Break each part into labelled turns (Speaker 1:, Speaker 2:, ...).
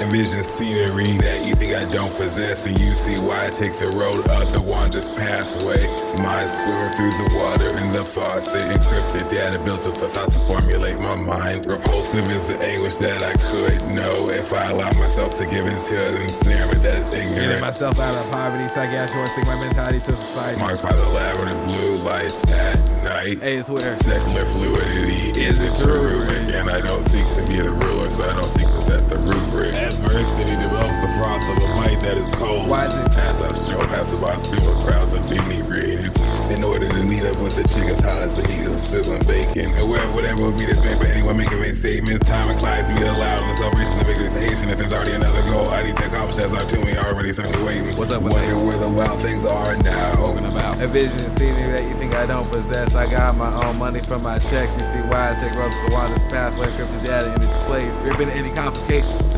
Speaker 1: Envision scenery that you think I don't possess, and you see why I take the road up the wondrous pathway. Mind swimming through the water in the faucet, encrypted data built up the thoughts to formulate my mind. Repulsive is the anguish that I could know if I allow myself to give into an ensnarement that is
Speaker 2: Getting
Speaker 1: ignorant.
Speaker 2: myself out of poverty, psychiatric, think my mentality to society.
Speaker 1: Marked by the labyrinth blue lights at night.
Speaker 2: Hey, it's where.
Speaker 1: Secular fluidity is its rubric, and I don't seek to be the ruler, so I don't seek to set the rubric. Adversity develops the frost of a might that is cold.
Speaker 2: Why is it-
Speaker 1: As I stroll past the box, filled with crowds of inebriated. In order to meet up with a chick as hot as the heat of sizzling bacon. And where whatever would be this man for anyone making vain statements. Time inclines me to loud, and self-reaching the victory's haste. And if there's already another goal, I need to accomplish as our tune, we already certainly waiting.
Speaker 2: What's up with
Speaker 1: Wonder where the wild things are now.
Speaker 2: talking about. A vision scenery that you think I don't possess. I got my own money from my checks. You see why I take roads to the wildest pathway, crypto data in its place. Ripping any complications.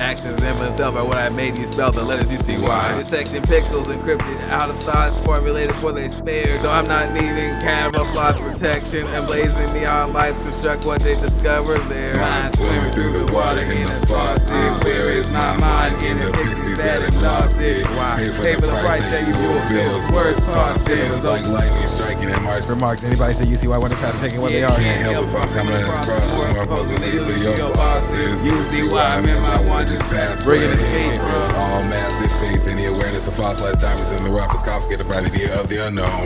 Speaker 2: Actions in myself are what I made you spell the letters you see why. Detecting pixels encrypted out of thoughts formulated for they spare. So I'm not needing camouflage protection and blazing neon lights construct what they discover there. Mind swimming through the water in a faucet. Where is my mind in the pixies that have lost it? Why? Pay for the price that you will feel is worth costing.
Speaker 1: It's like lightning striking in March.
Speaker 2: Remarks. Anybody say you see why one path taking what
Speaker 1: They
Speaker 2: they are?
Speaker 1: can't help if I'm coming at this process. My puzzle leaves your bosses. You see why I'm in my wondrous path.
Speaker 2: Bringing the
Speaker 1: Breaking
Speaker 2: skates.
Speaker 1: from all massive fates. Any awareness of fossilized diamonds in the rough is confiscated by the idea of the unknown.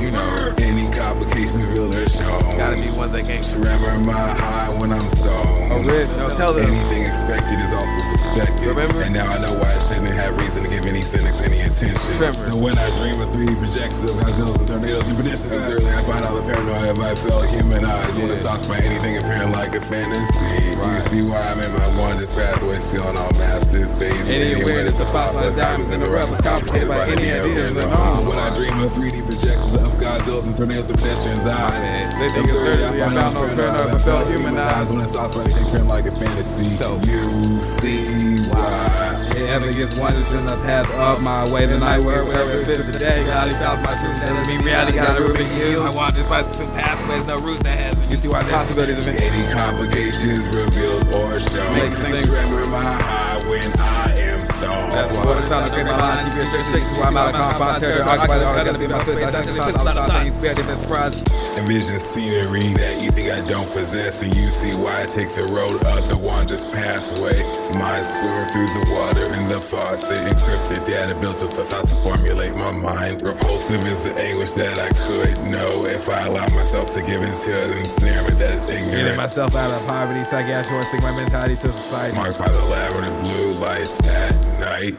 Speaker 1: Any complications revealed or shown.
Speaker 2: Gotta be ones that can't shoot.
Speaker 1: Remember my high when I'm stoned.
Speaker 2: Oh, really? No, tell them.
Speaker 1: Anything expected is also suspected.
Speaker 2: Remember?
Speaker 1: And now I know why I shouldn't have reason to give any cynics any attention.
Speaker 2: Trevor.
Speaker 1: So when I dream of 3D projections of Godzillas and tornadoes and pedestrians, sincerely I find all the paranoia if I felt human eyes. When it
Speaker 2: Yeah.
Speaker 1: stops by anything appearing like a fantasy. You
Speaker 2: Right.
Speaker 1: see why I'm in my wondrous pathway, stealing all massive faces.
Speaker 2: Any awareness of fossilized diamonds in the rough is complicated by any idea of the norm.
Speaker 1: When I dream of 3D projections of Godzillas and tornadoes and pedestrians' eyes.
Speaker 2: They think it's dirty, I found no paranoia, but felt humanized.
Speaker 1: When it stops right, they print like a fantasy.
Speaker 2: So-
Speaker 1: you see why.
Speaker 2: It ever gets wondrous in the path of my way, then I wear wherever it fits the day. Reality founds my truth, that is me. Reality got a Rubik cube. I wander spices and pathways, no root that has it. You see why possibilities of it.
Speaker 1: Any complications revealed or shown.
Speaker 2: Makes things-
Speaker 1: remember my high when I am stoned.
Speaker 2: That's why what it's time to create my lines, keep your shit shakes, why I'm out of confines, territory, occupied, always gotta be my place, I definitely put all the thoughts, ain't spared, different surprises.
Speaker 1: Envision scenery that you think I don't possess, and you see why I take the road up the wondrous pathway. Mind swimming through the water in the faucet, encrypted data built up the thoughts to formulate my mind. Repulsive is the anguish that I could know if I allow myself to give into an ensnarement that is
Speaker 2: Getting
Speaker 1: ignorant.
Speaker 2: myself out of poverty, psychiatric, think my mentality to society.
Speaker 1: Marked by the labyrinth blue lights at night.